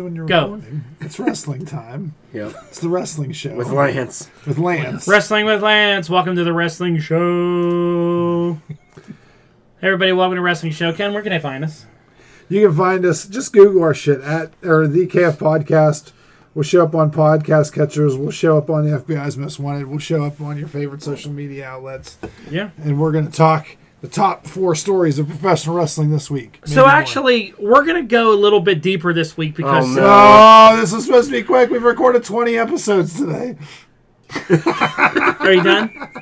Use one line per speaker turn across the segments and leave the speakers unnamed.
when you're
Go.
recording. It's wrestling time.
Yep.
It's the wrestling show
With Lance.
With Lance.
Wrestling with Lance. Welcome to the Wrestling Show. Hey, everybody, welcome to Wrestling Show. Ken, where can I find us?
You can find us. Just Google our shit at or the KF podcast. We'll show up on podcast catchers. We'll show up on the FBI's Most Wanted. We'll show up on your favorite social media outlets,
Yeah.
and we're going to talk the top four stories of professional wrestling this week. Maybe
So
more.
actually, we're gonna go a little bit deeper this week because uh,
Oh, no.
oh, this is supposed to be quick. We've recorded twenty episodes today.
are you done?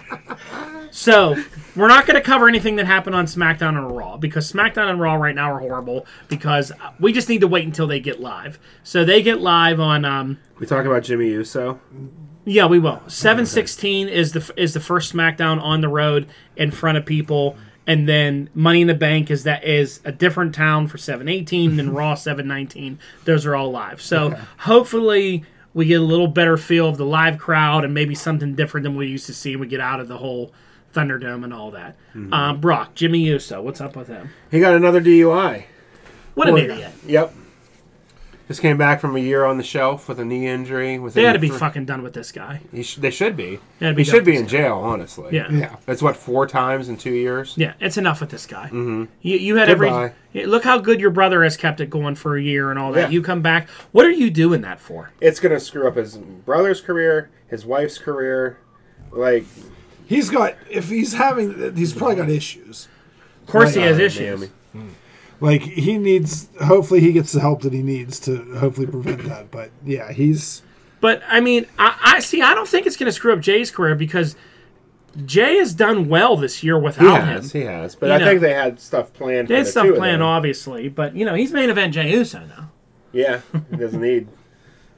So we're not gonna cover anything that happened on SmackDown and Raw because SmackDown and Raw right now are horrible because we just need to wait until they get live. So they get live on um,
We talk about Jimmy Uso.
Yeah, we will. Seven sixteen is the is the first SmackDown on the road in front of people, and then Money in the Bank is that is a different town for seven eighteen, then Raw seven nineteen. Those are all live. So hopefully we get a little better feel of the live crowd and maybe something different than we used to see. when We get out of the whole Thunderdome and all that. Uh, Brock, Jimmy Uso, what's up with him?
He got another DUI.
What an idiot!
Yep. Just came back from a year on the shelf with a knee injury.
They had to be fucking done with this guy.
He sh- they should be.
They had to
he
be
should
done
be
with
in jail, honestly.
Yeah.
Yeah,
That's what four times in two years.
Yeah, it's enough with this guy. Mm-hmm. You, you had
Goodbye.
every yeah, look how good your brother has kept it going for a year and all that.
Yeah.
You come back. What are you doing that for?
It's gonna screw up his brother's career, his wife's career. Like uh,
he's got. If he's having, he's probably got issues.
Of course, he
Right.
has
Oh,
issues.
man.
like he needs hopefully he gets the help that he needs to hopefully prevent that but yeah he's
But I mean, I, I see. I don't think it's going to screw up Jay's career because Jay has done well this year
he
without him.
has, he has. But
You
I
know.
think they had stuff planned.
They
for
had
the
stuff
two of
planned,
them.
obviously, but you know he's main event Jay Uso now.
Yeah, he doesn't need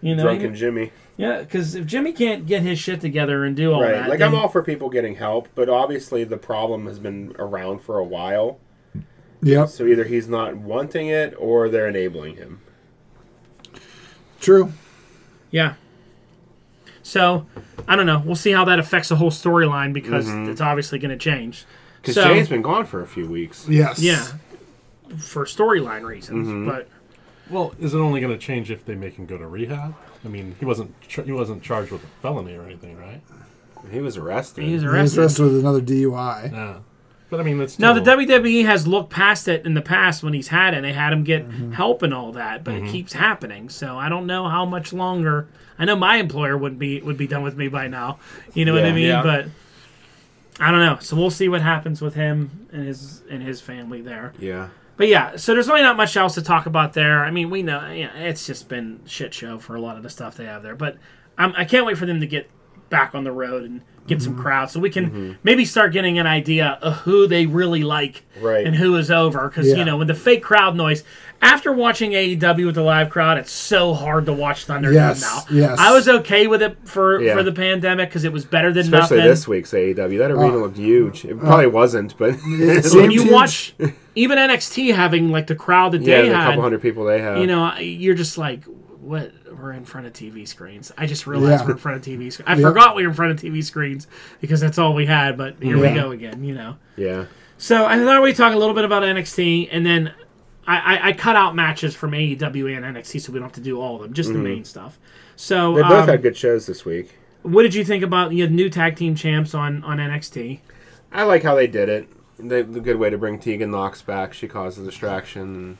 You know,
drunken Jimmy.
yeah, because if Jimmy can't get his shit together and do all
Right.
that,
like
then-
I'm all for people getting help, but obviously the problem has been around for a while.
yep
So either he's not wanting it or they're enabling him.
true
Yeah. So, I don't know. We'll see how that affects the whole storyline because it's obviously going to change.
Because
So-
Jay's been gone for a few weeks.
yes
Yeah. For storyline reasons, but
Well, is it only going to change if they make him go to rehab? I mean, he wasn't tra- he wasn't charged with a felony or anything, right?
He was arrested.
And
he's
he's
arrested.
arrested with another dui
Yeah. But I mean, that's
Now the
still-
WWE E has looked past it in the past when he's had it. They had him get
Mm-hmm.
help and all that, but it keeps happening. So I don't know how much longer. I know my employer would be would be done with me by now. You know what I
Yeah.
mean?
Yeah.
But I don't know. So we'll see what happens with him and his and his family there.
yeah.
But yeah, so there's really not much else to talk about there. I mean, we know yeah, it's just been shit show for a lot of the stuff they have there. But I'm, I can't wait for them to get back on the road and get
Mm-hmm.
some crowds so we can maybe start getting an idea of who they really like
Right.
and who is over. Because
Yeah.
you know, with the fake crowd noise after watching AEW with the live crowd, it's so hard to watch Thunderdome
Yes,
now.
yes.
I was okay with it for
Yeah.
for the pandemic because it was better than
Especially Uh,
nothing.
this week's AEW. That arena looked huge. It probably wasn't, but
seemed-
when you
Teams.
watch even NXT having like the crowd that
yeah,
they
the
had,
couple hundred people they have.
you know, I- you're just like, what? We're in front of TV screens. I just realized
Yeah.
we're in front of TV screens. I forgot we were in front of TV screens because that's all we had. But here
Yeah.
we go again. You know.
yeah.
So I thought we'd talk a little bit about NXT, and then I, I, I cut out matches from AEW and NXT, so we don't have to do all of them, just the main stuff. So,
Mm-hmm. They both
um,
had good shows this week.
what did you think about you know, the new tag team champs on on NXT?
I like how they did it. They, the good way to bring Tegan Knox back. She caused a distraction.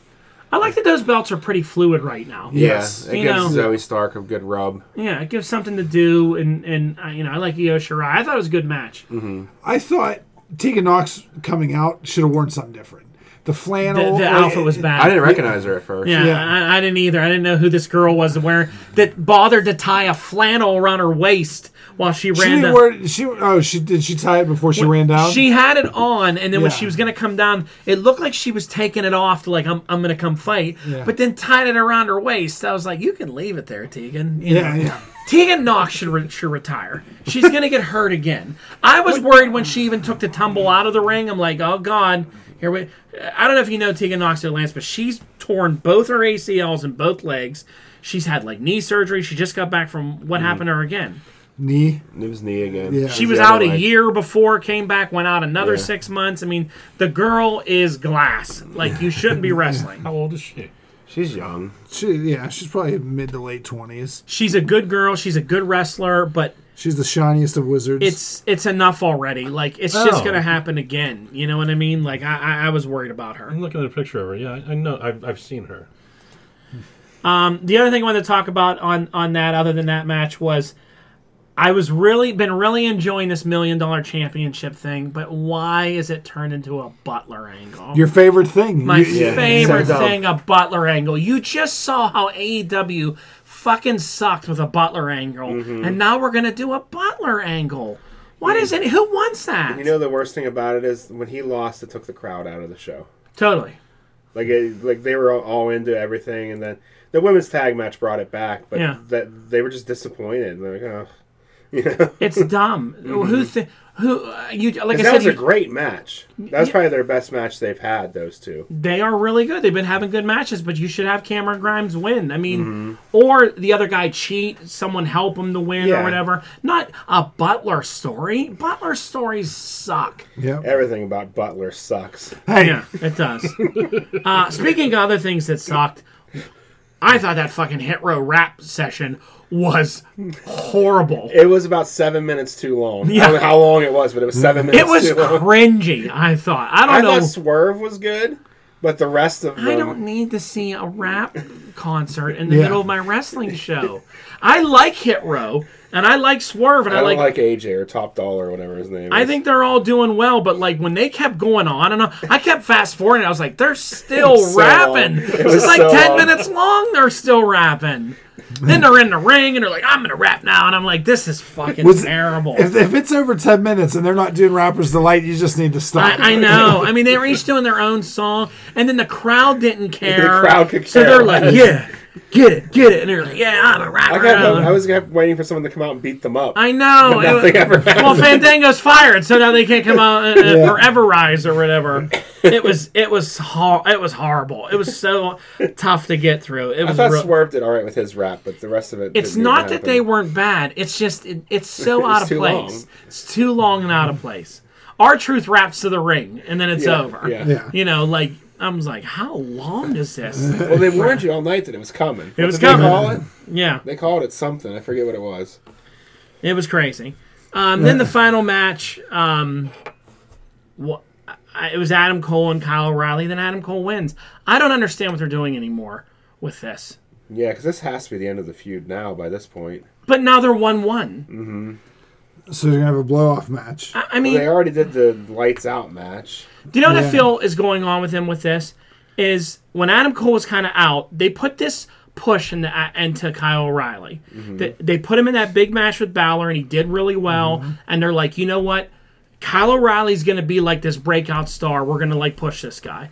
I like that those belts are pretty fluid right now.
Yes.
Yeah, it
You
gives
know.
Zoe Stark a good rub.
Yeah, it gives something to do, and and uh, you know I like Io Shirai. I thought it was a good match.
Mm-hmm.
i thought tegan knox coming out should have worn something different the flannel
The, the
like,
outfit was
it-
bad.
Oh, I didn't recognize her at first.
Yeah,
Yeah.
I, I didn't either. I didn't know who this girl was wearing that bothered to tie a flannel around her waist while she
she
ran.
didn't
down.
wear she oh she did she tie it before she ran down
She had it on, and then when
Yeah.
she was gonna come down, it looked like she was taking it off to like I'm, I'm gonna come fight,
Yeah.
but then tied it around her waist. I was like, you can leave it there, Tegan. You
yeah
know.
yeah
Tegan Knox should, re- should retire. She's gonna get hurt again. I was worried when she even took the tumble out of the ring. I'm like, oh god, here we. I don't know if you know Tegan Knox or Lance, but she's torn both her ACLs and both legs. She's had like knee surgery. She just got back from what happened to her again.
knee
It was knee again.
Yeah.
She
She's
was
the other
out a
leg.
year before, came back, went out another
Yeah.
six months. I mean, the girl is glass. Like you shouldn't be wrestling.
how old is she?
She's young.
She, yeah, she's probably mid to late twenties.
She's a good girl. She's a good wrestler, but
She's the shiniest of wizards.
it's it's enough already. Like it's just
Oh.
gonna happen again. You know what I mean? Like I I, I was worried about her.
I'm looking at a picture of her. Yeah, I, I know. I've, I've seen her.
the other thing I wanted to talk about on on that, other than that match, was I was really been really enjoying this million dollar championship thing, but why is it turned into a Butler angle?
your favorite thing.
My
You-
favorite
So dumb.
thing, a Butler angle. You just saw how AEW fucking sucked with a Butler angle, and now we're gonna do a Butler angle. What is it? Who wants that?
You know the worst thing about it is when he lost, it took the crowd out of the show.
totally.
Like it, like they were all, all into everything, and then the women's tag match brought it back, but
Yeah.
that they were just disappointed. They're like, oh, you know,
It's dumb. Who thi- who uh, you like? I
that
said,
was a
you-
great match. That was probably their best match they've had. Those two.
they are really good. They've been having good matches, but you should have Cameron Grimes win. I mean, or the other guy cheat, someone help him to win or
Yeah.
whatever. Not a Butler story. Butler stories suck.
Yep.
Everything about Butler sucks.
Hey,
Yeah, it does. uh, speaking of other things that sucked, I thought that fucking hit row rap session was horrible.
It was about seven minutes too long. I
Yeah.
don't know how long it was, but it was seven minutes.
It was
too long.
cringy. I thought. I don't
I
know.
thought Swerve was good, but the rest of them.
I don't need to see a rap concert in the
Yeah.
middle of my wrestling show. I like Hit Row and I like Swerve and I,
I don't
like,
like, AJ or Top Dollar or whatever his name
I
is.
think they're all doing well, but like when they kept going on and on, I kept fast forwarding. I was like, they're still
was so
rapping.
long. It
This
was
is like
so
ten
long.
minutes long. They're still rapping. then they're in the ring and they're like, I'm gonna rap now, and I'm like, this is fucking
Was-
terrible.
if, if it's over ten minutes and they're not doing rappers delight, you just need to stop.
I, I know. I mean, they were each doing their own song, and then the crowd didn't care.
crowd could
so
care
they're like, "Yeah, get it, get it," and they're like, "Yeah, I'm a rapper."
I,
I,
got, I was waiting for someone to come out and beat them up.
know. It
Nothing
was-
ever happened.
well, Fandango's fired, so now they can't come out uh, uh, or ever rise or whatever. It was it was hor- it was horrible. It was so tough to get through. It
I
was.
thought
real-
Swerve did all right with his rap, but the rest of it.
it's
didn't
not
even
that they
happen.
weren't bad. It's just it, it's so out of
too
place.
long.
It's too long and out of place. Our truth wraps to the ring, and then it's
Yeah,
over.
yeah.
Yeah.
You know, like I was like, how long is this?
Well, they warned you all night that it was coming. It
was
did
coming.
They, call it?
yeah,
they called it something. I forget what it was.
it was crazy. Um, then the final match, um, wha- I- it was Adam Cole and Kyle O'Reilly. Then Adam Cole wins. I don't understand what they're doing anymore with this.
Yeah, because this has to be the end of the feud now by this point.
But now they're one one.
So you're gonna have a blow off match.
I mean,
They already did the lights out match.
Do you know what I
Yeah.
feel is going on with him with this? Is when Adam Cole was kind of out, they put this push into, into Kyle O'Reilly. They, they put him in that big match with Balor, and he did really well. And they're like, you know what? Kyle O'Reilly's going to be like this breakout star. We're going to like push this guy.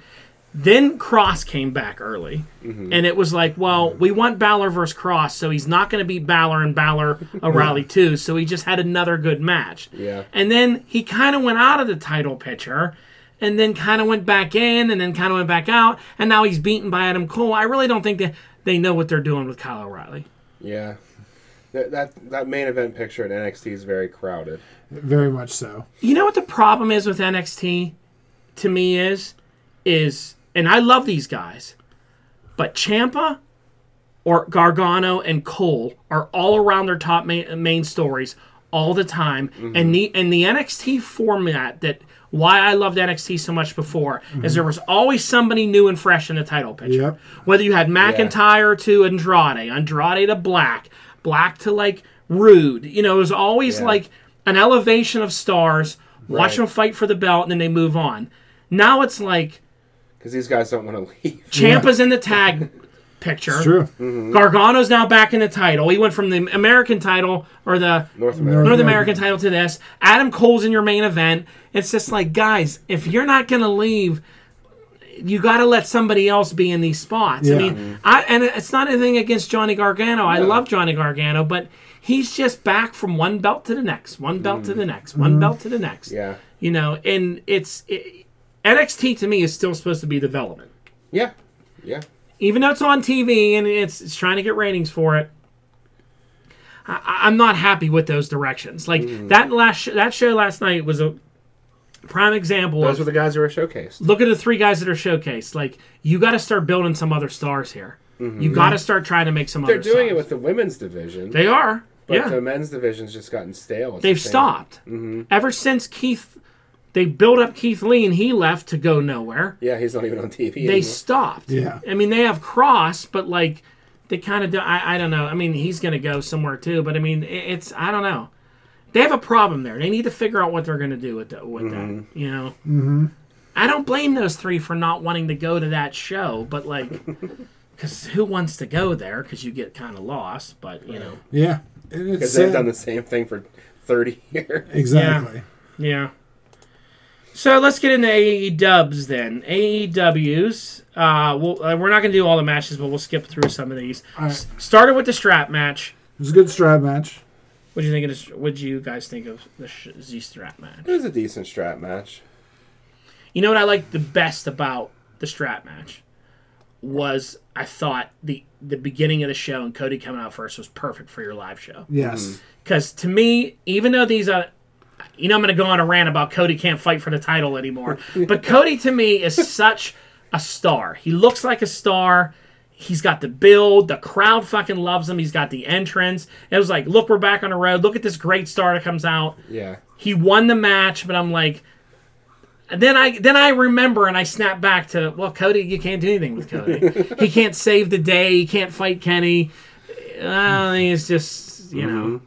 Then Cross came back early, and it was like, well, we want Balor versus Cross, so he's not going to beat Balor and Balor O'Reilly too. So he just had another good match.
Yeah.
And then he kind of went out of the title picture, and then kind of went back in, and then kind of went back out, and now he's beaten by Adam Cole. I really don't think that they know what they're doing with Kyle O'Reilly.
Yeah. That, that that main event picture at NXT is very crowded.
Very much so.
You know what the problem is with NXT to me is is and I love these guys, but Champa or Gargano and Cole are all around their top main, main stories all the time and the and the NXT format that why I loved NXT so much before is there was always somebody new and fresh in the title picture.
Yep.
Whether you had McIntyre to Andrade, Andrade to Black, Black to like Rude. You know, it was always
Yeah.
like an elevation of stars. Watch
Right.
them fight for the belt, and then they move on. Now it's like
Because these guys don't want to leave.
Champa's in the tag picture.
True.
Gargano's now back in the title. He went from the American title or the
North America.
North American title to this. Adam Cole's in your main event. It's just like, guys, if you're not gonna leave, you got to let somebody else be in these spots. I
Yeah.
mean, I and it's not anything against Johnny Gargano. I love Johnny Gargano, but he's just back from one belt to the next, one belt to the next, one belt to the next.
Yeah.
You know, and it's it, NXT to me is still supposed to be development,
Yeah. Yeah.
even though it's on TV and it's, it's trying to get ratings for it.
Mm.
I, I- I'm not happy with those directions. Like that last sh- that show last night was a prime example
Those
of
were the guys who were showcased.
look at the three guys that are showcased. Like you got to start building some other stars here.
Mm-hmm.
You got to start trying to make some
They're
other.
doing
stars.
it with the women's division,
They are.
but um,
yeah.
the men's division's just gotten stale. It's the
They've
same-
stopped.
Mm-hmm.
Ever since Keith, they built up Keith Lee and he left to go nowhere.
Yeah, he's not even on TV.
They
anymore.
stopped.
Yeah.
I mean, they have Cross, but like, they kind of do. I, I don't know. I mean, he's going to go somewhere too, but I mean, it, it's, I don't know. They have a problem there. They need to figure out what they're going to do with, the, with that, you know? Mm-hmm. I don't blame those three for not wanting to go to that show, but like, because who wants to go there? Because you get kind of lost, but you know.
Yeah. And it's
because they've
sad.
done the same thing for thirty years.
Exactly.
Yeah. So let's get into AEW dubs then. AEWs. Uh, we'll, uh, we're not going to do all the matches, but we'll skip through some of these.
right.
S- started with the strap match.
It was a good strap match.
What do you think of this? What do you guys think of the sh- Z strap match?
It was a decent strap match.
You know what I liked the best about the strap match was I thought the the beginning of the show and Cody coming out first was perfect for your live show.
Yes.
Because to me, even though these are, you know, I'm going to go on a rant about Cody can't fight for the title anymore. but Cody to me is such a star. He looks like a star. He's got the build. The crowd fucking loves him. He's got the entrance. It was like, look, we're back on the road. Look at this great star that comes out.
Yeah,
He won the match, but I'm like, and then I then I remember and I snap back to well, Cody, you can't do anything with Cody. he can't save the day. He can't fight Kenny. Uh, he's just you know.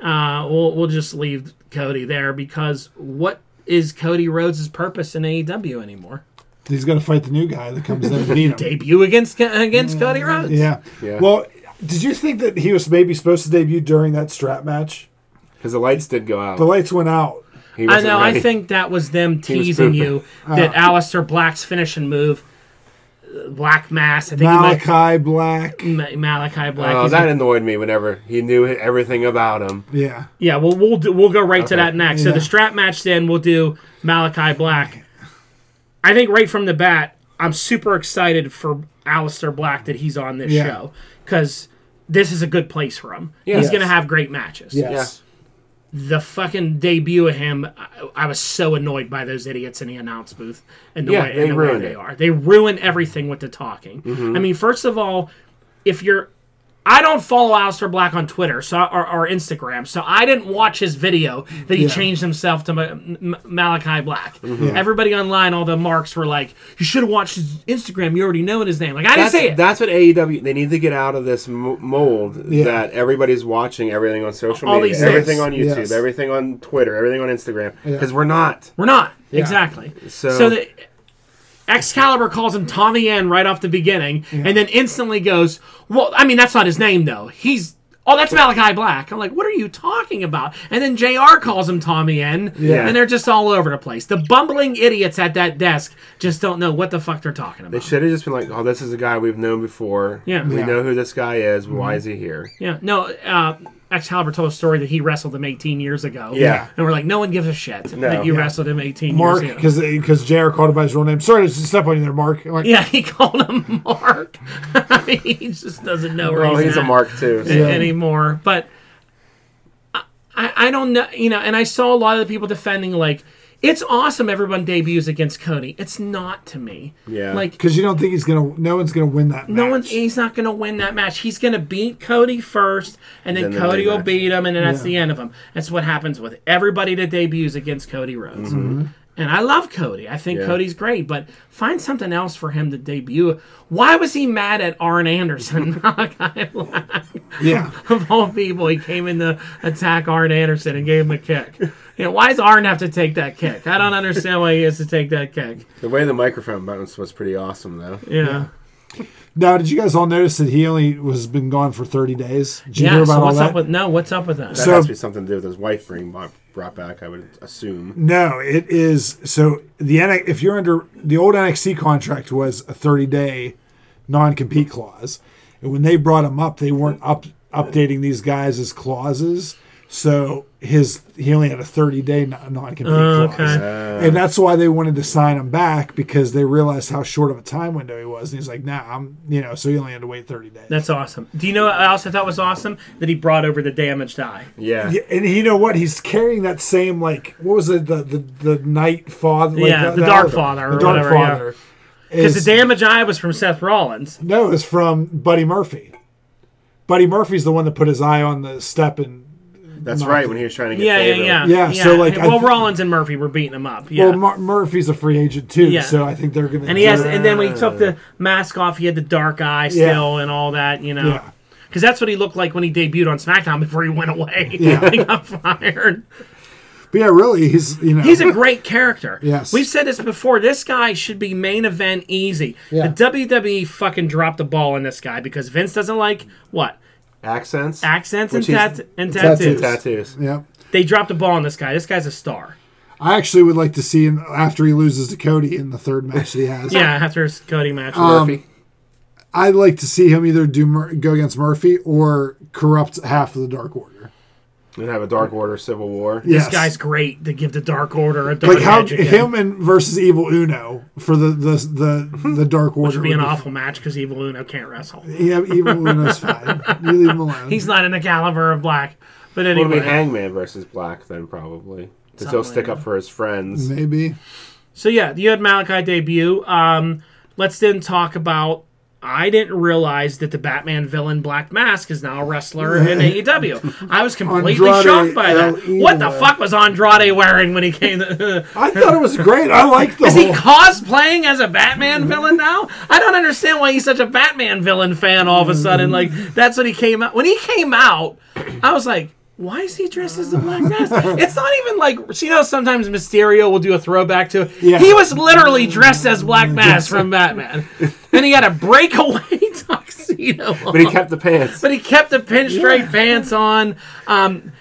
Mm-hmm.
Uh, we'll we'll just leave Cody there because what is Cody Rhodes' purpose in AEW anymore?
Hmm.
He's going to fight the new guy that comes in and beat him.
Debut against against Cody Rhodes.
Mm, Yeah.
Yeah.
Well, did you think that he was maybe supposed to debut during that strap match?
because the lights did go out.
The lights went out.
He
I
wasn't
know.
ready.
I think that was them
was
teasing
pooping.
you
Uh,
that Alistair Black's finishing move, uh, Black Mass. I think he might,
Malachi Black.
Ma- Malachi Black.
Oh,
He's
that annoyed me whenever he knew everything about him.
Yeah.
Yeah, well, we'll do, we'll go right to that next. So
Yeah.
the strap match, then we'll do Malachi Black. I think right from the bat, I'm super excited for Alistair Black that he's on this
Yeah.
show because this is a good place for him. He's
Yes.
gonna have great matches.
Yes.
The fucking debut of him, I, I was so annoyed by those idiots in the announce booth and the
Yeah,
way and
they
the way
ruined
they
it. Mm-hmm.
are. They ruin everything with the talking. I mean, first of all, if you're I don't follow Alistair Black on Twitter so or, or Instagram, so I didn't watch his video that he
Yeah.
changed himself to Ma- M- Malachi Black.
Mm-hmm.
Everybody online, all the marks were like, "You should have watched his Instagram. You already know his name." Like I didn't
That's,
say it.
that's what AEW. They need to get out of this mo- mold
Yeah.
that everybody's watching everything on social
All
media,
these
everything
hits.
on YouTube,
Yes.
everything on Twitter, everything on Instagram. Because we're not.
we're not exactly.
So-
So, the Excalibur calls him Tommy N right off the beginning, and then instantly goes, "Well, I mean that's not his name though. He's." Oh, that's Malachi Black. I'm like, what are you talking about? And then JR calls him Tommy N.
Yeah.
And they're just all over the place. The bumbling idiots at that desk just don't know what the fuck they're talking
They
about.
should have just been like, "Oh, this is a guy we've known before.
Yeah. Mm-hmm.
we
Yeah.
know who this guy is. Why is he here?"
Yeah. No, uh, Excalibur told a story that he wrestled him 18 years ago.
Yeah.
And we're like, no one gives a shit that you wrestled him 18
Mark,
years ago.
because because Jared called him by his real name. Sorry to step on you there, Mark. I'm like,
Yeah, he called him Mark. I mean, he just doesn't know where
Oh, he's a
at.
mark too.
a- anymore. But I, I I don't know, you know. And I saw a lot of the people defending like it's awesome everyone debuts against Cody. It's not to me.
Yeah.
Like
Because you don't think he's gonna, no one's gonna win that.
no
match.
one's he's not going to win that match. He's going to beat Cody first, and then,
Then the
Cody will
rematch.
beat him, and then that's
Yeah.
the end of him. That's what happens with everybody that debuts against Cody Rhodes.
Mm-hmm.
And I love Cody. I think
Yeah.
Cody's great, but find something else for him to debut. Why was he mad at Arn Anderson?
Yeah,
of all people, he came in to attack Arn Anderson and gave him a kick. You know, why does Arn have to take that kick? I don't understand why he has to take that kick.
The way the microphone bounced was pretty awesome, though.
Yeah.
Now, did you guys all notice that he only was been gone for thirty days? Did you
Yeah.
hear about
so
all
what's
that?
up with no? What's up with that?
That
So-
has to be something to do with his wife being bought, brought back. I would assume.
no, it is so the N- if you're under the old NXT contract was a thirty day non compete clause, and when they brought him up, they weren't up updating these guys as clauses. So his he only had a 30 day non compete
Oh,
clause.
okay.
And that's why they wanted to sign him back because they realized how short of a time window he was. And he's like, nah, I'm, you know, so he only had to wait 30 days.
That's awesome. Do you know what I also thought was awesome? That he brought over the damaged eye.
Yeah.
Yeah, and you know what? He's carrying that same like what was it the the, the night father? Like
Yeah,
that-
the
that
Dark
other-
Father
The
or
dark
whatever, yeah.
father.
Because the
is-
damaged eye was from Seth Rollins.
no, it's from Buddy Murphy. Buddy Murphy's the one that put his eye on the step and
That's right. When he was trying to get
Yeah, yeah,
Fayetteville.
yeah,
Yeah, so, like, I
well,
th-
Rollins and Murphy were beating him up. Yeah,
well Mur- Murphy's a free agent too,
Yeah.
so I think they're gonna.
and he has,
do it.
and then when he took the mask off, he had the dark eye still and all that, you know.
Yeah.
Because that's what he looked like when he debuted on SmackDown before he went away.
Yeah.
he got fired.
But yeah, really, he's you know
He's a great character.
Yes.
We've said this before. This guy should be main event easy.
Yeah.
The WWE fucking dropped the ball on this guy because Vince doesn't like what?
Accents.
Accents and,
Which he's-
tat- and
Tattoos.
tattoos.
tattoos.
yeah.
They dropped the ball on this guy. This guy's a star.
I actually would like to see him after he loses to Cody in the third match that he has.
Yeah, after his Cody match.
Murphy.
I'd like to see him either do Mur- go against Murphy or corrupt half of the Dark Order.
And have a Dark Order Civil War.
Yes.
This guy's great to give the Dark Order a dark
like how
edge again.
him and versus Evil Uno for the the the, the Dark Order
would be an
would
awful match because Evil Uno can't wrestle.
Yeah, Evil Uno's fine. You leave him alone.
He's not in the caliber of Black. But
It'll be
anyway,
Hangman versus Black then probably. Because
Something
he'll
like Mm-hmm.
stick up for his friends.
maybe.
so yeah, you had Malachi debut. Um, let's then talk about. I didn't realize that the Batman villain Black Mask is now a wrestler in AEW. I was completely
Andrade E
shocked by that.
El
What the
Idolo.
fuck was Andrade wearing when he came? To,
I thought it was great. I like the
Is he
whole.
cosplaying as a Batman villain now? I don't understand why he's such a Batman villain fan all of a sudden. Like that's what he came out. When he came out, I was like, why is he dressed as the Black Mask? It's not even like you know. Sometimes Mysterio will do a throwback to.
Yeah.
He was literally dressed as Black Mask from Batman. Then he had a breakaway tuxedo.
But he kept the pants.
But he kept the pinstripe pants on. Um,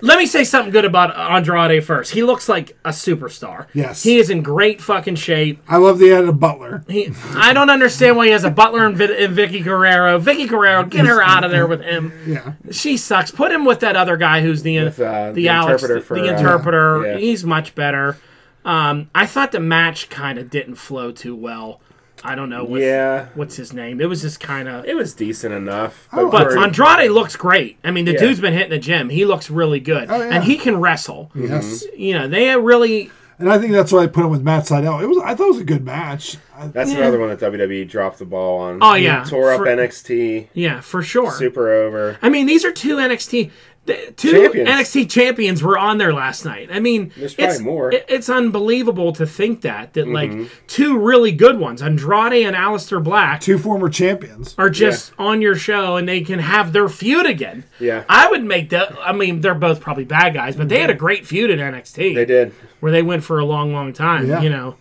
let me say something good about Andrade first. He looks like a superstar.
Yes.
He is in great fucking shape.
I love the added Butler.
He, I don't understand why he has a butler and, Vi- and Vicky Guerrero. Vicky Guerrero, get her out of there with him.
Yeah,
She sucks. Put him with that other guy who's the
With, uh,
the,
the
Alex,
interpreter for,
the
uh,
interpreter.
yeah.
He's much better. Um, I thought the match kind of didn't flow too well. I don't know. With,
Yeah.
What's his name? It was just kind of.
It was decent enough.
Oh, But
for-
Andrade looks great. I mean, the
Yeah.
dude's been hitting the gym. He looks really good,
Oh, yeah.
and he can wrestle.
yes,
Mm-hmm.
You know, they really
and I think that's why I put him with Matt Seidel. It was I thought it was a good match. I,
that's
Yeah.
another one that WWE dropped the ball on.
Oh, yeah.
Tore up
For-
NXT.
Yeah, for sure.
Super over.
I mean, these are two NXT, th- two
Champions.
NXT champions were on there last night. I mean,
There's probably
it's
more. Mm-hmm.
it- it's unbelievable to think that that like two really good ones, Andrade and Aleister Black,
two former champions.
are just on your show and they can have their feud again.
Yeah. Mm-hmm.
I would make that. I mean, they're both probably bad guys, but they had a great feud in NXT.
They did.
where they went for a long, long time.
Yeah.
You know.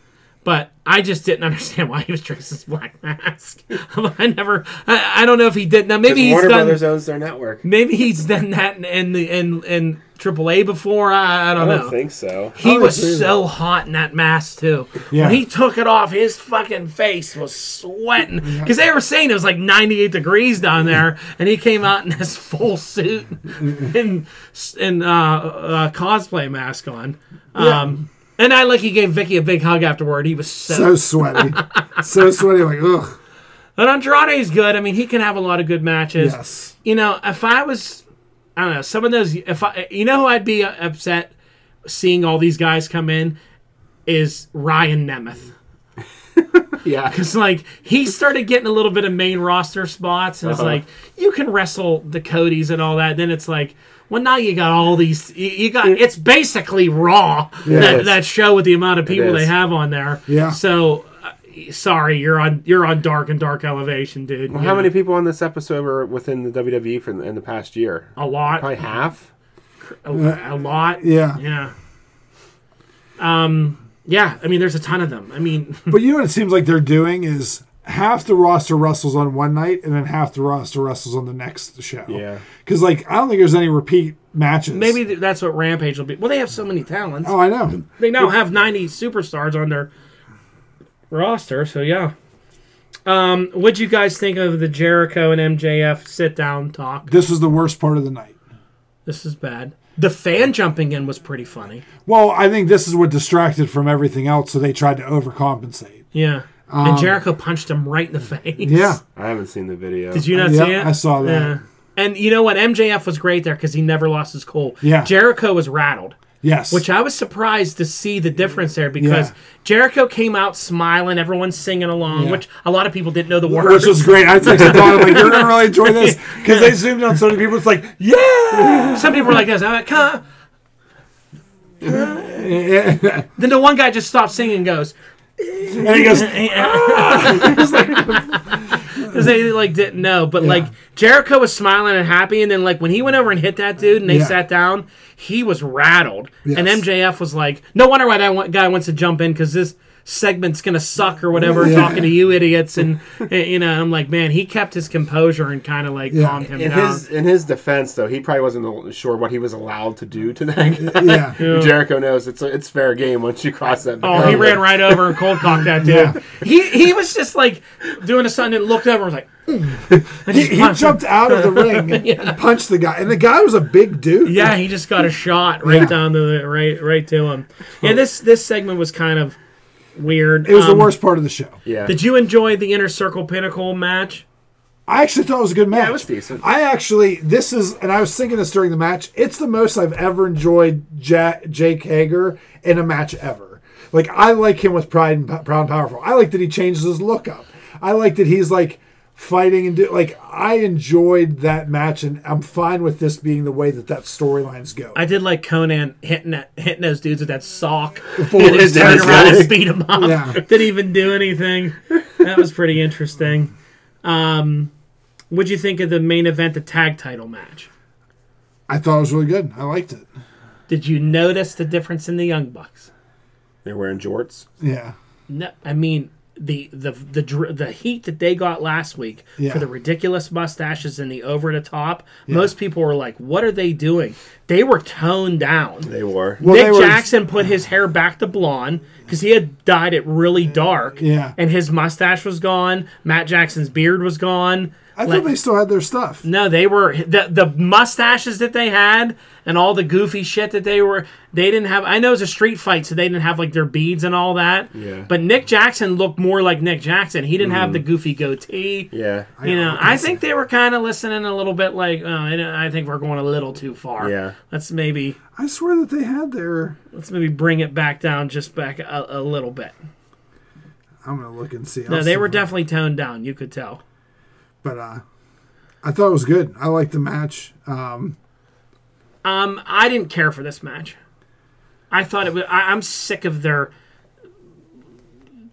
But I just didn't understand why he was dressed as Black Mask. I never, I, I don't know if he did. Now maybe he's
Warner
done.
Brothers owns their network.
Maybe he's done that in, in the in in AAA before. I, I
I
don't
don't
know.
think so.
I
he
don't
was
agree with
so hot in that mask too.
Yeah.
When he took it off, his fucking face was sweating because they were saying it was like 98 degrees down there, and he came out in this full suit and and uh, uh, cosplay mask on. Um, And I like he gave Vicky a big hug afterward. He was so
So sweaty, so sweaty. Like ugh.
but Andrade is good. I mean, he can have a lot of good matches.
Yes.
You know, if I was, I don't know, some of those. If I, you know, who I'd be upset seeing all these guys come in is Ryan Nemeth.
Yeah.
It's like he started getting a little bit of main roster spots, and it's
Uh-huh.
like you can wrestle the Codys and all that. Then it's like, well, now you got all these. You, you got it's basically Raw that,
is.
that show with the amount of people they
is.
have on there.
Yeah.
So. uh, Sorry, you're on you're on dark and dark elevation, dude.
How many people on this episode were within the WWE for in the past year?
A lot.
Probably half.
A, a lot.
Yeah.
Yeah. Um. Yeah. I mean, there's a ton of them. I mean,
But you know what it seems like they're doing is half the roster wrestles on one night and then half the roster wrestles on the next show.
Yeah.
Because like I don't think there's any repeat matches.
maybe th- that's what Rampage will be. Well, they have so many talents.
Oh, I know.
They now have 90 superstars on their roster. So yeah. Um. What'd you guys think of the Jericho and MJF sit down talk?
This was the worst part of the night.
This is bad. The fan jumping in was pretty funny.
Well, I think this is what distracted from everything else, so they tried to overcompensate.
Yeah. and Jericho punched him right in the face.
Um, Yeah.
I haven't seen the video.
Did you not
Yeah,
see it?
I saw that.
Yeah. And you know what? MJF was great there because he never lost his cool.
Yeah.
Jericho was rattled,
Yes.
which I was surprised to see the difference there because
Yeah.
Jericho came out smiling, everyone's singing along,
Yeah.
which a lot of people didn't know the
which
words.
was great. I texted Don, I'm like, you're going to really enjoy this. Because they zoomed in on so many people. It's like, yeah.
Some people were like this. I'm like, huh? Then the one guy just stops singing and goes,
And he goes,
because they like didn't know. But like Jericho was smiling and happy, and then like when he went over and hit that dude, and they
Yeah.
sat down, he was rattled. And
Yes.
MJF was like, "No wonder why that one guy wants to jump in because this segment's gonna suck or whatever."
Yeah.
Talking to you idiots, and and, you know, I'm like, man, he kept his composure and kind of like
Yeah.
calmed him
in
down.
his in his defense, though, he probably wasn't al- sure what he was allowed to do to that guy.
yeah.
Jericho knows it's it's fair game once you cross that.
Oh, he ran right over and cold cocked that dude.
Yeah.
He he was just like doing a something and looked over and was like, "Mm."
He, he jumped out of the ring and punched the guy. And the guy was a big dude.
Yeah, he just got a shot right
Yeah.
down to the right right to him. Yeah, this this segment was kind of weird.
It was
Um,
the worst part of the show.
Yeah.
Did you enjoy the inner circle pinnacle match?
I actually thought it was a good match.
it was decent.
I actually, this is, and I was thinking this during the match. It's the most I've ever enjoyed ja- Jake Hager in a match ever. Like I like him with pride and P- proud and powerful. I like that he changes his look up. I like that he's like fighting and do like I enjoyed that match, and I'm fine with this being the way that that storylines go.
I did like Conan hitting that, hitting those dudes with that sock.
Before
and
his
just turn
dad's
around and
leg.
speed him up.
Yeah.
Didn't even do anything. That was pretty interesting. Um, what'd you think of the main event, the tag title match?
I thought it was really good. I liked it.
Did you notice the difference in the Young Bucks?
They're wearing jorts.
Yeah,
No, I mean the the the dr- the heat that they got last week
Yeah.
for the ridiculous mustaches and the over the top. Most people were like, "What are they doing?" They were toned down.
They were.
Well, they
Nick
were-
Jackson put his hair back to blonde because he had dyed it really dark.
Yeah.
and his mustache was gone. Matt Jackson's beard was gone.
I
Like-
thought they still had their stuff.
no, they were the the mustaches that they had and all the goofy shit that they were. They didn't have. I know it's a street fight, so they didn't have like their beads and all that.
Yeah. Mm-hmm.
But Nick Jackson looked more like Nick Jackson. He didn't have the goofy goatee.
yeah.
You know, I think they were kind of listening a little bit like, oh, I don't- I think we're going a little too far.
Yeah.
Let's maybe
I swear that they had their.
let's maybe bring it back down just back a, a little bit.
I'm gonna look and see.
No,
I'll
they
see
were
if I-
definitely toned down. You could tell.
but uh, I thought it was good. I liked the match. Um,
Um, I didn't care for this match. I thought it was. I, I'm sick of their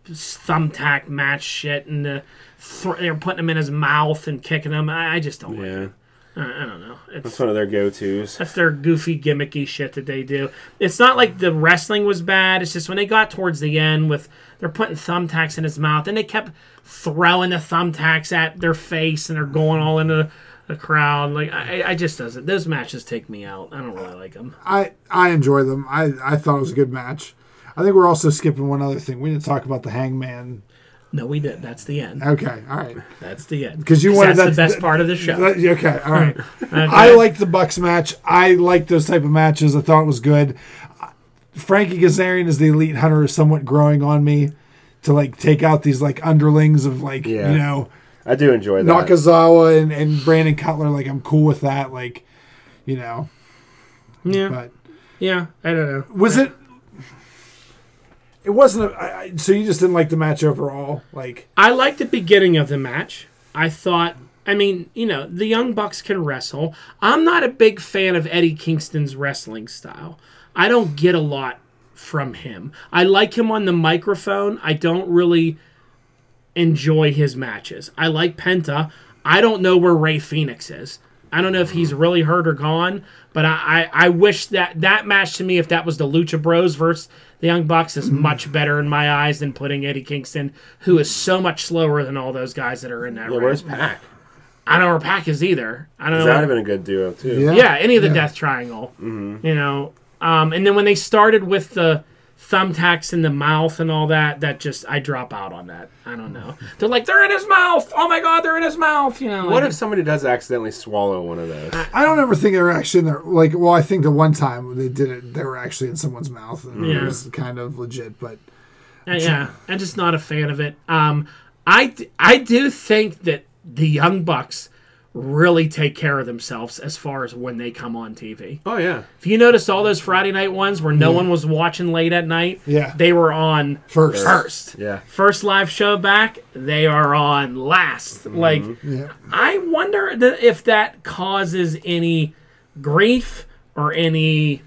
thumbtack match shit, and the thr they're putting him in his mouth and kicking him. I, I just don't like.
Yeah.
It. I, I don't know. It's
It's one of their go tos.
that's their goofy gimmicky shit that they do. It's not like the wrestling was bad. It's just when they got towards the end with they're putting thumbtacks in his mouth and they kept throwing the thumbtacks at their face and they're going all into the, the crowd. Like I, I- I just doesn't. Those matches take me out. I don't really like them.
I I enjoy them. I I thought it was a good match. I think we're also skipping one other thing. We didn't talk about the Hangman.
No, we did. That's the end.
Okay, all right.
That's the end.
'Cause you wanted
that's the
that-
best part of the show.
That- okay, all right. I liked the Bucks match. I liked those type of matches. I thought it was good. Uh, Frankie Kazarian as the elite hunter is somewhat growing on me to like take out these like underlings of like
Yeah.
you know
I do enjoy that.
Nakazawa and, and Brandon Cutler. Like I'm cool with that. Like you know,
yeah,
but
yeah. I don't know.
was it? It wasn't. A, I, I, so you just didn't like the match overall, like.
I liked the beginning of the match. I thought, I mean, you know, the Young Bucks can wrestle. I'm not a big fan of Eddie Kingston's wrestling style. I don't get a lot from him. I like him on the microphone. I don't really enjoy his matches. I like Penta. I don't know where Ray Phoenix is. I don't know if
Mm-hmm.
he's really hurt or gone, but I, I, I wish that that match to me, if that was the Lucha Bros versus the Young Bucks,
Mm-hmm.
is much better in my eyes than putting Eddie Kingston, who is so much slower than all those guys that are in that
Yeah,
ring.
where's Pac?
I don't know where Pac is either. I don't know.
That would have been a good duo, too.
yeah, any of the Death Triangle. You know, um, and then when they started with the thumbtacks in the mouth and all that. That just I drop out on that. I don't know. They're like they're in his mouth. Oh my god, they're in his mouth. You know.
What
like-
if somebody does accidentally swallow one of those?
I don't ever think they were actually in there. Like, well, I think the one time they did it, they were actually in someone's mouth, and
Yeah.
it was kind of legit. But
Uh, yeah, I'm just not a fan of it. Um, I d- I do think that the Young Bucks really take care of themselves as far as when they come on TV.
Oh yeah,
If you noticed all those Friday night ones where no one was watching late at night,
Mm-hmm. Yeah.
they were on
first,
first.
yeah.
First live show back, they are on last. Like
yeah,
I wonder th- if that causes any grief or any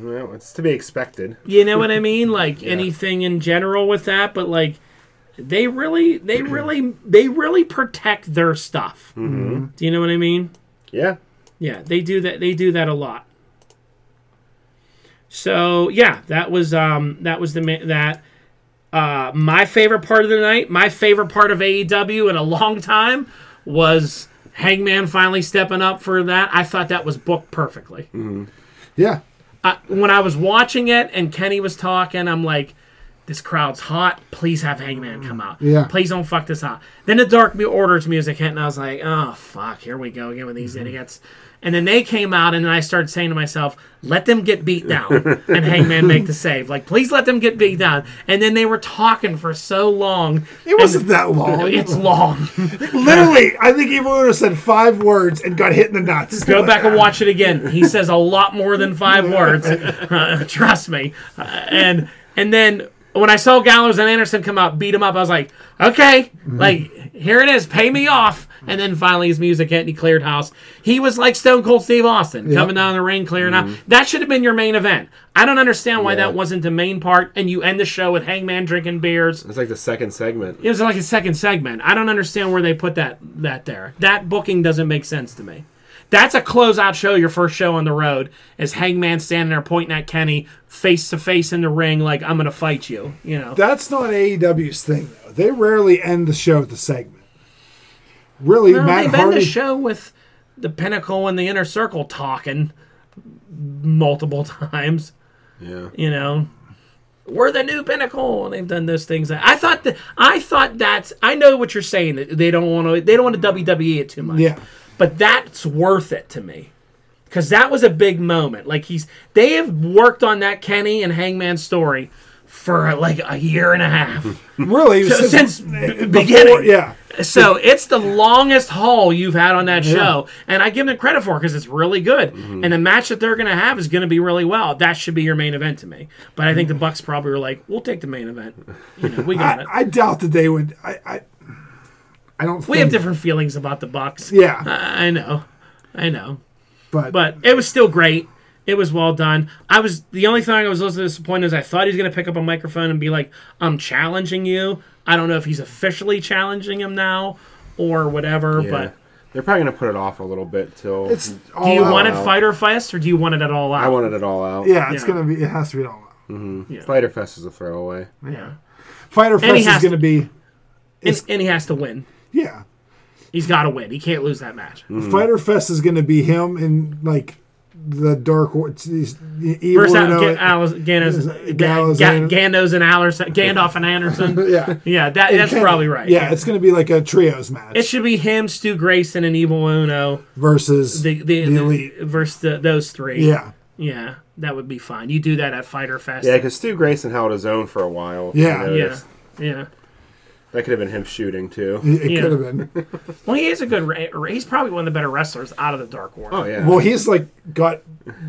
Well, it's to be expected.
You know what I mean? Like anything in general with that, but like they really, they really, they really protect their stuff. Do you know what I mean?
Yeah.
Yeah, they do that. They do that a lot. So yeah, that was um that was the ma- that uh my favorite part of the night, my favorite part of AEW in a long time was Hangman finally stepping up for that. I thought that was booked perfectly
yeah.
uh, when I was watching it and Kenny was talking, I'm like, this crowd's hot. Please have Hangman come out.
Yeah.
Please don't fuck this up. Then the Dark Mu- Orders music hit, and I was like, oh, fuck, here we go again with these
Mm-hmm.
idiots. And then they came out, and I started saying to myself, let them get beat down and Hangman make the save. Like, please let them get beat down. And then they were talking for so long.
It wasn't that long.
It's long.
Literally, I think Evil Uno said five words and got hit in the nuts.
Go back and watch it again. He says a lot more than five words. trust me. Uh, and and then when I saw Gallows and Anderson come out, beat him up, I was like, okay, like here it is, pay me off. And then finally his music hit and he cleared house. He was like Stone Cold Steve Austin coming down the ring, clearing out. That should have been your main event. I don't understand why
Yeah.
that wasn't the main part. And you end the show with Hangman drinking beers.
It's like the second segment.
It was like a second segment. I don't understand where they put that that there. That booking doesn't make sense to me. That's a closeout show. Your first show on the road is Hangman standing there pointing at Kenny face to face in the ring, like I'm gonna fight you. You know.
That's not AEW's thing though. They rarely end the show with a segment. Really,
No,
Matt
they've ended
Hardy.
the show with the Pinnacle and the Inner Circle talking multiple times.
Yeah.
you know we're the new pinnacle and they've done those things i thought that i thought that's i know what you're saying that they don't want to they don't want to wwe E it too much
Yeah.
but that's worth it to me because that was a big moment like he's they have worked on that kenny and hangman story for like a year and a half
really,
So since
before-
beginning.
yeah.
so it's the longest haul you've had on that show and i give them credit for it because it's really good and the match that they're going to have is going to be really well that should be your main event to me but i think the bucks probably were like we'll take the main event you know we got
I,
it
I doubt that they would. I, I, I don't. think,
we have different feelings about the bucks
Yeah.
i I know i know
but,
Uh, but it was still great it was well done. I was the only thing I was a little disappointed is I thought he was going to pick up a microphone and be like, "I'm challenging you." I don't know if he's officially challenging him now or whatever,
Yeah.
but
They're probably gonna put it off a little bit till
it's. All
Do you
out.
want it
out.
fighter fest or do you want it at all out?
I wanted it all out.
Yeah, it's
Yeah.
gonna be. It has to be all. out.
Fighter Fest is a throwaway.
yeah.
Fighter
he
Fest is
has to-
gonna be.
And, and he has to win.
Yeah,
He's got to win. He can't lose that match.
Fighter Fest is gonna be him and like the Dark War. it's- it's- Evil
First out,
Uno-
Ga- Alice, Ganos,
Gallows
Ga-
and-
Gandos and Allerson, Gandalf and Anderson.
Yeah.
Yeah, that, that's
Kenny.
probably right.
Yeah, it's going to be like a trios match
It should be him, Stu Grayson, and Evil Uno
versus
the, the,
The
the-
Elite.
versus the, those three.
yeah,
Yeah, that would be fine. You do that at Fighter Fest.
Yeah, because Stu Grayson held his own for a while. if
Yeah.
you
Yeah.
noticed.
Yeah.
That could have been him shooting too.
it, it
Yeah.
could have been.
Well, he is a good. ra- He's probably one of the better wrestlers out of the Dark War.
Oh yeah.
Well, he's like got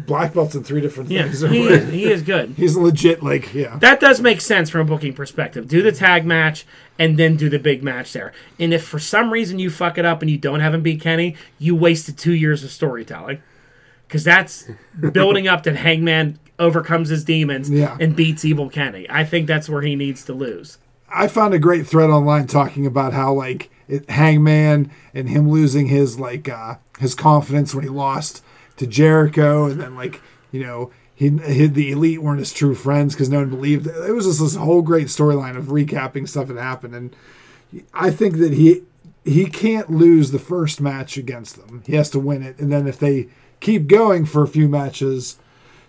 black belts in three different
yeah.
things.
He is, he is good.
he's legit. Like yeah,
That does make sense from a booking perspective. Do the tag match and then do the big match there. And if for some reason you fuck it up and you don't have him beat Kenny, you wasted two years of storytelling. Because that's building up that Hangman overcomes his demons
Yeah.
and beats Evil Kenny. I think that's where he needs to lose.
I found a great thread online talking about how like it, Hangman and him losing his like uh, his confidence when he lost to Jericho, and then like you know. He, he, the elite weren't his true friends because no one believed it. It was just this whole great storyline of recapping stuff that happened, and I think that he he can't lose the first match against them. He has to win it, and then if they keep going for a few matches,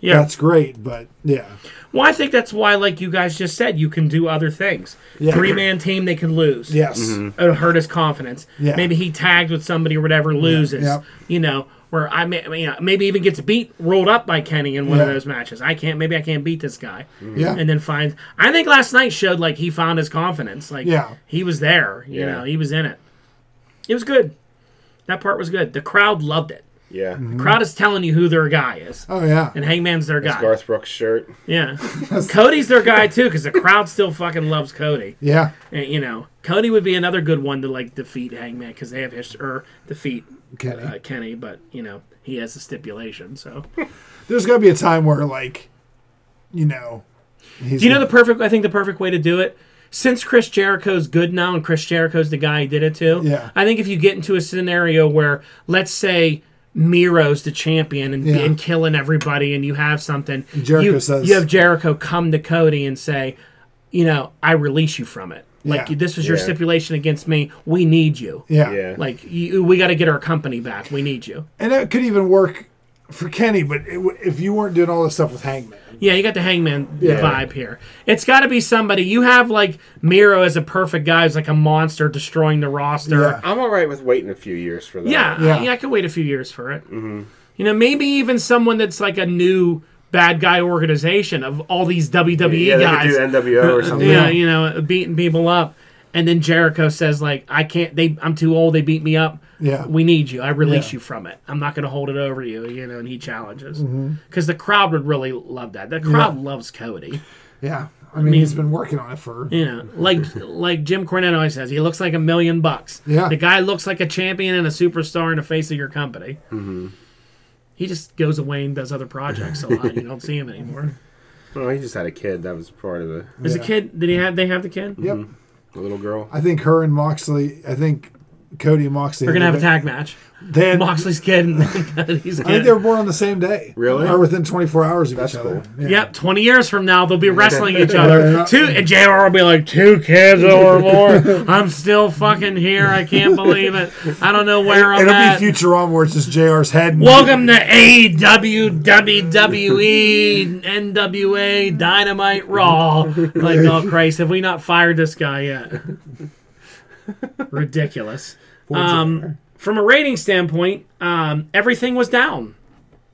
Yeah.
that's great. But yeah,
Well, I think that's why, like you guys just said, you can do other things.
Yeah.
Three man team, they can lose. Mm-hmm.
yes,
It'll hurt his confidence.
Yeah.
Maybe he tagged with somebody or whatever loses.
Yeah.
You know, where I may, I mean, maybe even gets beat, rolled up by Kenny in one of
Yeah.
those matches. I can't, maybe I can't beat this guy.
Yeah.
And then finds, I think last night showed like he found his confidence. Like,
Yeah.
he was there, you
Yeah.
know, he was in it. It was good. That part was good. The crowd loved it.
Yeah.
The crowd is telling you who their guy is.
oh yeah,
And Hangman's their guy.
Garth Brooks shirt.
Yeah. Cody's their guy too because the crowd still fucking loves Cody.
yeah,
And, you know, Cody would be another good one to like defeat Hangman because they have his or defeat
Kenny.
uh, Kenny, but you know he has a stipulation. So
There's gonna be a time where like, you know, he's
do you know the perfect? I think the perfect way to do it. Since Chris Jericho's good now and Chris Jericho's the guy he did it to,
Yeah.
I think if you get into a scenario where, let's say, Miro's the champion and,
Yeah.
and killing everybody, and you have something,
Jericho
you,
says-
you have Jericho come to Cody and say, you know, I release you from it. Like
Yeah.
this was your
Yeah.
stipulation against me. We need you.
yeah,
Yeah.
Like you, we got to get our company back. We need you.
and that could even work for Kenny. But it, w- if you weren't doing all this stuff with Hangman,
Yeah, you got the hangman
Yeah.
vibe here. It's got to be somebody. You have like Miro as a perfect guy who's like a monster destroying the roster.
Yeah.
I'm all right with waiting a few years for that.
Yeah,
Yeah.
I, mean, I could wait a few years for it. Mm-hmm. You know, maybe even someone that's like a new bad guy organization of all these WWE
Yeah, they
guys.
could do NWO or something.
yeah, you know, beating people up. And then Jericho says, like, I can't. They, I'm too old. They beat me up.
Yeah.
we need you. I release
Yeah.
you from it. I'm not going to hold it over you. You know, and he challenges because
Mm-hmm.
the crowd would really love that. The crowd loves Cody.
yeah, I mean,
Mm-hmm.
he's been working on it for
You know, like like Jim Cornette always says, he looks like a million bucks.
Yeah.
the guy looks like a champion and a superstar and the face of your company. Mm-hmm. He just goes away and does other projects a lot. you don't see him anymore.
Well, Oh, he just had a kid. That was part of the,
Is the
Yeah.
kid? Did he have? They have the kid.
yep.
the little girl.
I think her and Moxley. I think Cody and Moxley.
They're gonna have a tag match.
They had,
Moxley's kid and Cody's
I think
kid.
they were born on the same day.
Really?
Or within 24 hours of
That's
each other. Yeah.
Yep, 20 years from now, they'll be wrestling each other. Two, and JR will be like, two kids or more. I'm still fucking here. I can't believe it. I don't know where I'm
It'll
at.
be Futurama where it's just JR's head. and-
Welcome to AEW, WWE, NWA, Dynamite Raw. Like, oh, Christ, have we not fired this guy yet? Ridiculous. Um, from a rating standpoint, um, everything was down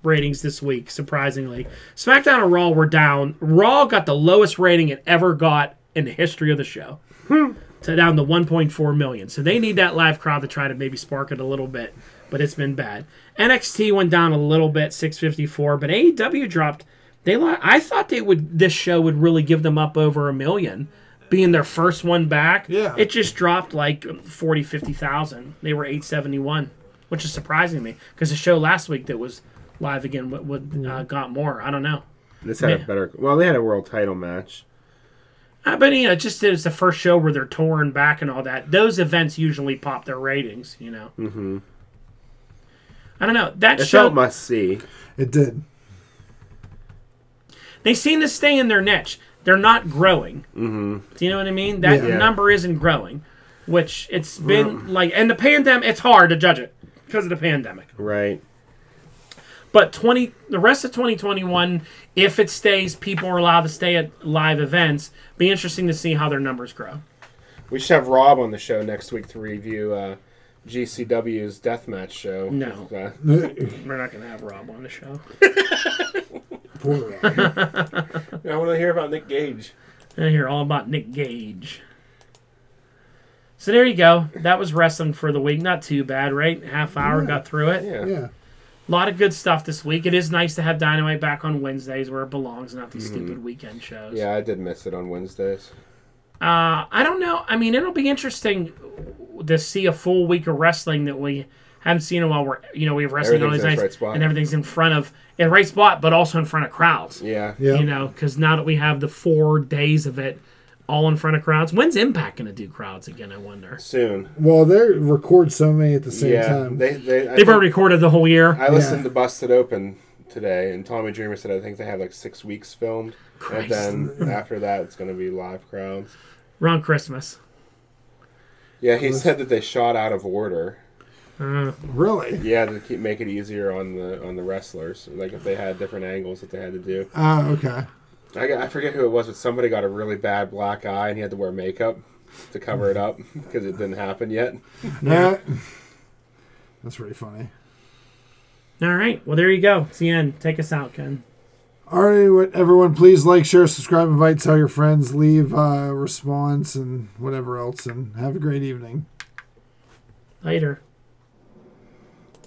ratings this week, surprisingly. SmackDown and Raw were down. Raw got the lowest rating it ever got in the history of the show. To down to 1.4 million. So they need that live crowd to try to maybe spark it a little bit, but it's been bad. NXT went down a little bit, 654, but AEW dropped. They li- I thought they would this show would really give them up over a million being their first one back.
Yeah.
It just dropped like 40, 50,000. They were 871, which is surprising to me because the show last week that was live again what, what uh, got more. I don't know.
This had a
Man.
better. Well, they had a world title match.
Uh, but you know, just that it's the first show where they're touring back and all that. Those events usually pop their ratings, you know. Mm-hmm. I don't know that
It's
show.
not must see.
It did.
They seem to stay in their niche. They're not growing. Mm-hmm. Do you know what I mean? That
Yeah.
number isn't growing, which it's been like. And the pandemic, it's hard to judge it because of the pandemic.
Right.
But twenty, the rest of twenty twenty one, if it stays, people are allowed to stay at live events. Be interesting to see how their numbers grow.
We should have Rob on the show next week to review uh, GCW's deathmatch show.
No.
Uh,
We're not gonna have Rob on the show.
Poor
I want to hear about Nick Gage.
I hear all about Nick Gage. So there you go. That was wrestling for the week. Not too bad, right? Half hour got through it.
Yeah.
yeah.
A lot of good stuff this week. It is nice to have Dynamite back on Wednesdays where it belongs, not these stupid weekend shows.
Mm-hmm. Yeah, I did miss it on Wednesdays.
Uh, I don't know. I mean, it'll be interesting to see a full week of wrestling that we haven't seen in a while. Where you know we have wrestling on
Everything's
these
in
nights
its right spot.
and everything's in front of in right spot, but also in front of crowds.
Yeah.
Yeah.
You know, because now that we have the four days of it all in front of crowds, when's Impact going to do crowds again? I wonder.
Soon.
Well, they record so many at the same
yeah.
time.
They, they,
They've
I think-
already recorded the whole year.
I listened to Busted Open today, and Tommy Dreamer said I think they have like six weeks filmed.
Christ.
And then after that, it's going to be live crowds.
Around Christmas.
Yeah, he said that they shot out of order.
Really?
Yeah, to keep make it easier on the on the wrestlers, like if they had different angles that they had to do.
Oh, okay.
I, got- I forget who it was, but somebody got a really bad black eye and he had to wear makeup to cover it up because it didn't happen yet.
Yeah. That's pretty funny.
All right. Well, there you go. It's the end. Take us out, Ken.
All right, what- everyone, please like, share, subscribe, invite, tell your friends, leave uh, response, and whatever else, and have a great evening.
Later.